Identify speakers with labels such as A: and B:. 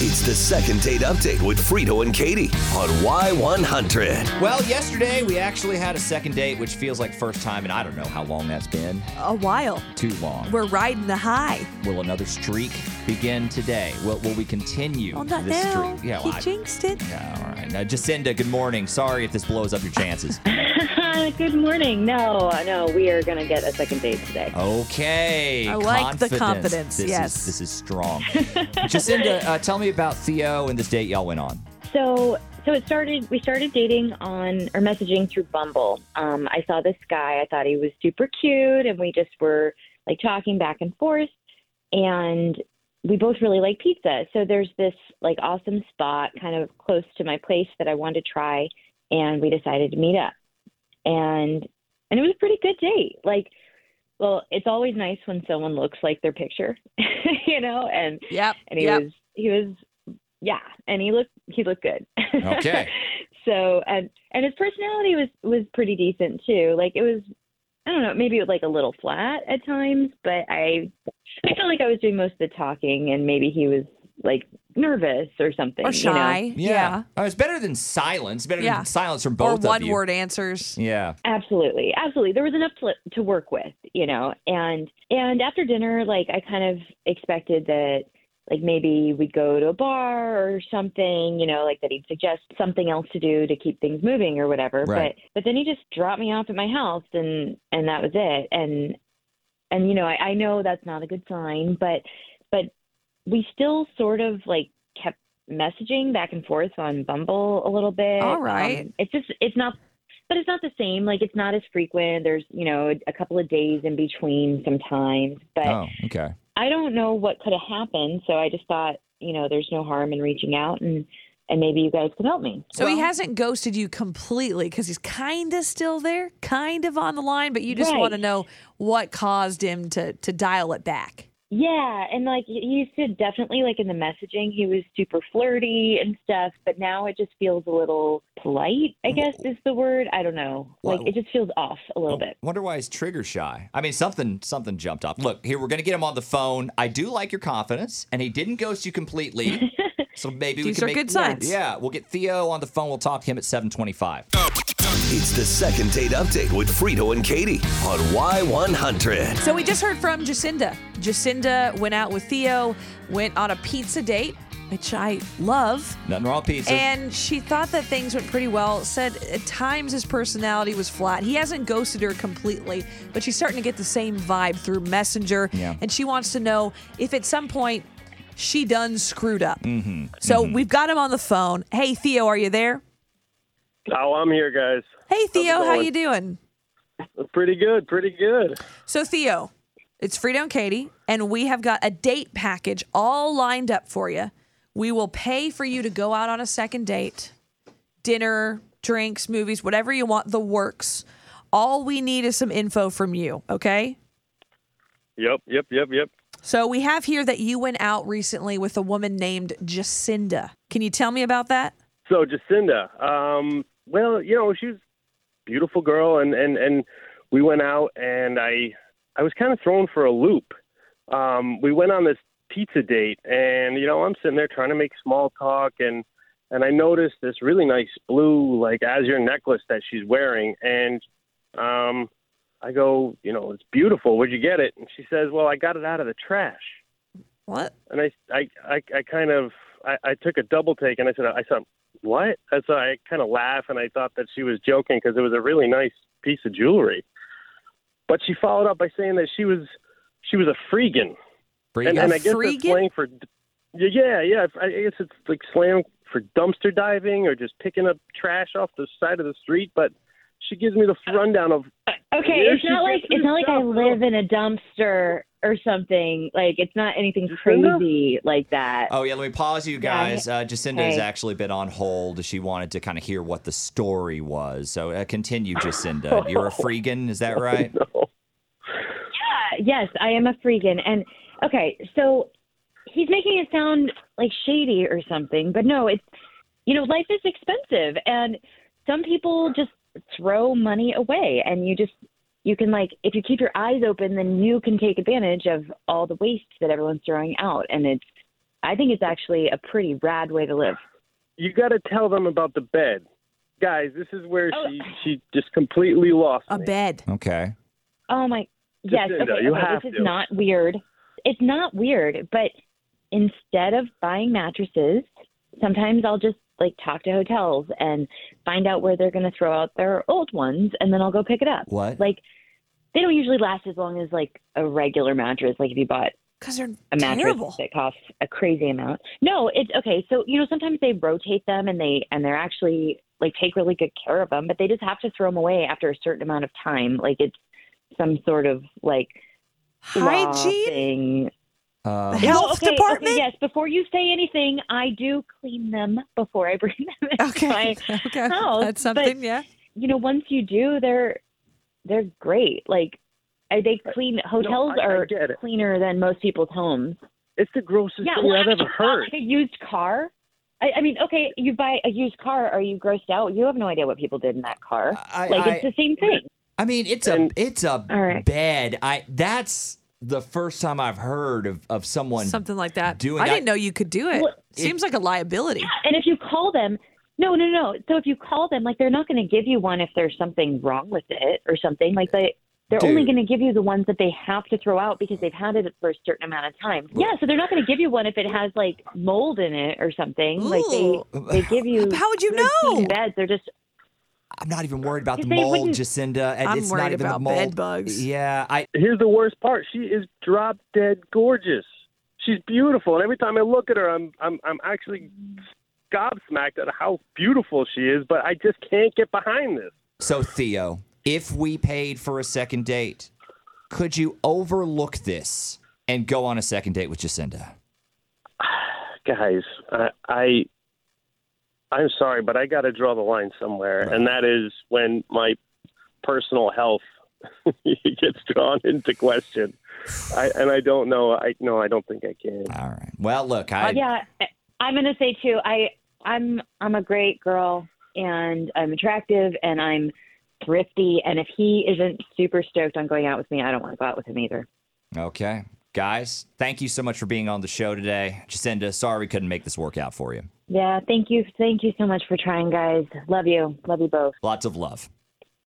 A: It's the second date update with Frito and Katie on Y100.
B: Well, yesterday we actually had a second date, which feels like first time, and I don't know how long that's been.
C: a while.
B: Too long.
C: We're riding the high.
B: will another streak begin today? Will, will we continue
C: Well, not
B: this
C: now.
B: streak? Yeah,
C: he
B: well, I-
C: jinxed it.
B: yeah, all right. Now, Jacinda, good morning. Sorry if this blows up your chances.
D: Good morning. No, no, we are going to get a second date today.
B: okay.
C: I like the confidence,
B: This Is,
C: yes.
B: this is strong. Jacinda, uh, tell me about Theo and this date y'all went on.
D: So, so it started. We started dating on or messaging through Bumble. Um, I saw this guy. I thought he was super cute, and we just were like talking back and forth. And we both really like pizza. So there's this like awesome spot kind of close to my place that I wanted to try, and we decided to meet up. And and it was a pretty good date. Like, well, it's always nice when someone looks like their picture, you know. And
C: Yep.
D: and he
C: yep.
D: was he was yeah and he looked he looked good
B: Okay.
D: so and and his personality was was pretty decent too like it was i don't know maybe like a little flat at times but i i felt like i was doing most of the talking and maybe he was like nervous or something
C: or shy.
D: you know?
C: yeah.
B: Uh, it's better than silence. Better
C: Yeah.
B: than silence from
C: Or
B: both of
C: one
B: you.
C: word answers.
B: Yeah.
D: absolutely absolutely there was enough to, to work with you know and and after dinner like i kind of expected that like maybe we'd go to a bar or something you know like that he'd suggest something else to do to keep things moving or whatever
B: Right.
D: but but then he just dropped me off at my house and and that was it and and you know i, I know that's not a good sign but but we still sort of like kept messaging back and forth on bumble a little bit
C: All right.
D: Um, it's just it's not but it's not the same like it's not as frequent there's you know a couple of days in between sometimes but
B: Oh, okay.
D: i don't know what could have happened so i just thought you know there's no harm in reaching out and and maybe you guys could help me
C: So he
B: Well-
C: hasn't ghosted you completely because he's kind of still there, kind of on the line, but you just
D: Right.
C: want to know what caused him to to dial it back.
D: Yeah, and like he used to definitely like in the messaging, he was super flirty and stuff, but now it just feels a little polite, I guess is the word. I don't know. Like
B: Well-
D: it just feels off a little bit.
B: Wonder why he's trigger shy. I mean, something something jumped off. Look, here we're gonna get him on the phone. I do like your confidence, and he didn't ghost you completely. so maybe
C: These
B: we can
C: are
B: make,
C: good signs.
B: Yeah, we'll get Theo on the phone. We'll talk to him at seven twenty-five.
A: It's the second date update with Frito and Katie on Y100.
C: So we just heard from Jacinda. Jacinda went out with Theo, went on a pizza date, which I love.
B: Nothing wrong with pizza.
C: And she thought that things went pretty well. Said at times his personality was flat. He hasn't ghosted her completely, but she's starting to get the same vibe through Messenger.
B: Yeah.
C: And she wants to know if at some point she done screwed up. Mm-hmm. So we've got him on the phone. Hey Theo, are you there?
E: Oh, I'm here, guys.
C: Hey Theo, how
E: going?
C: you doing?
E: Pretty good, pretty good.
C: So Theo, it's Frito and Katie, and we have got a date package all lined up for you. We will pay for you to go out on a second date, dinner, drinks, movies, whatever you want, the works. All we need is some info from you, okay?
E: Yep, yep, yep, yep.
C: So we have here that you went out recently with a woman named Jacinda. Can you tell me about that?
E: So Jacinda, um, well, you know, she's a beautiful girl, and and and we went out, and I I was kind of thrown for a loop. Um, we went on this pizza date, and you know, I'm sitting there trying to make small talk, and and I noticed this really nice blue like azure necklace that she's wearing, and um, I go, you know, it's beautiful. Where'd you get it? And she says, well, I got it out of the trash.
C: What?
E: and I, I, I, I kind of, I, I took a double take and I said, I said, what? And so I kind of laughed and I thought that she was joking because it was a really nice piece of jewelry. But she followed up by saying that she was, she was a freegan,
B: Free-
E: and,
C: A
E: and I guess
C: freegan?
E: it's slang for, yeah, yeah. I guess it's like slang for dumpster diving or just picking up trash off the side of the street. But she gives me the
C: Uh.
E: rundown of
D: Okay,
E: Yeah,
D: it's
E: she
D: not like
E: gets
D: it's not like I
E: herself up.
D: live in a dumpster or something. Like it's not anything
E: Jacinda?
D: crazy like that.
B: Oh yeah, let me pause you guys. Uh, Jacinda has
D: Hey.
B: actually been on hold. She wanted to kind of hear what the story was. So uh, continue, Jacinda. You're a freegan, is that right?
D: yes, I am a freegan. And okay, so he's making it sound like shady or something, but no, it's you know, life is expensive and some people just throw money away and you just you can like if you keep your eyes open then you can take advantage of all the waste that everyone's throwing out and it's I think it's actually a pretty rad way to live.
E: You got to tell them about the bed, guys. This is where
D: Oh.
E: she she just completely lost
C: A
E: me.
C: bed.
B: Okay.
D: Oh my! Yes,
E: Jacinda,
D: okay,
E: you
D: okay,
E: have
D: this is
E: to.
D: not weird. It's not weird, but instead of buying mattresses, sometimes I'll just like talk to hotels and find out where they're going to throw out their old ones, and then I'll go pick it up.
B: What?
D: Like, they don't usually last as long as like a regular mattress. Like if you bought
C: Because they're
D: a mattress
C: terrible.
D: that costs a crazy amount. No, it's okay. So you know, sometimes they rotate them and they and they're actually like take really good care of them, but they just have to throw them away after a certain amount of time. Like it's some sort of like law
C: Hygiene?
D: thing.
B: Uh,
C: Health
D: Well, okay, okay,
C: department?
D: yes. Before you say anything, I do clean them before I bring them. into
C: Okay.
D: my-
C: okay.
D: house,
C: That's something,
D: but-
C: yeah.
D: you know, once you do, they're they're great. Like. Are they clean? Hotels
E: I- I
D: are
E: get it.
D: cleaner than most people's homes.
E: It's the grossest
D: Yeah,
E: thing
D: well, I
E: I've
D: mean,
E: ever
D: it's not
E: heard.
D: Like a used car. I, I mean, okay, you buy a used car. Are you grossed out? You have no idea what people did in that car.
B: I,
D: like
B: I,
D: it's the same thing.
B: I mean, it's a
E: And-
B: it's a
D: All right.
B: bed. I that's the first time I've heard of of someone.
C: Something like that.
B: doing
C: I
B: that-
C: didn't know you could do it.
D: Well,
C: Seems like a liability.
D: And if you call them, no, no, no. So if you call them, like they're not going to give you one if there's something wrong with it or something. Like they, they're only
B: Dude.
D: going to give you the ones that they have to throw out because they've had it for a certain amount of time. Yeah, so they're not going to give you one if it has like mold in it or something. Like they,
C: Ooh.
D: they give you.
C: How would you
D: they're clean
C: know?
D: Beds. They're just
B: I'm not even worried about the
D: They
B: mold,
D: wouldn't-
B: Jacinda. and
C: I'm
B: it's
C: worried
B: not even
C: about
B: the mold.
C: bed bugs.
B: Yeah, I
E: Here's the worst part. She is drop dead gorgeous. She's beautiful, and every time I look at her, I'm I'm I'm actually gobsmacked at how beautiful she is. But I just can't get behind this.
B: So, Theo, if we paid for a second date, could you overlook this and go on a second date with Jacinda?
E: guys, I, I I'm sorry, but I got to draw the line somewhere, and that is when my personal health gets drawn into question. I, and I don't know. I no, I don't think I can.
B: All right. Well, look, I
D: Uh, yeah, I'm gonna say too. I I'm I'm a great girl, and I'm attractive, and I'm thrifty. And if he isn't super stoked on going out with me, I don't want to go out with him either.
B: okay, guys, thank you so much for being on the show today, Jacinda. Sorry we couldn't make this work out for you.
D: Yeah, thank you, thank you so much for trying, guys. Love you, love you both.
B: Lots of love.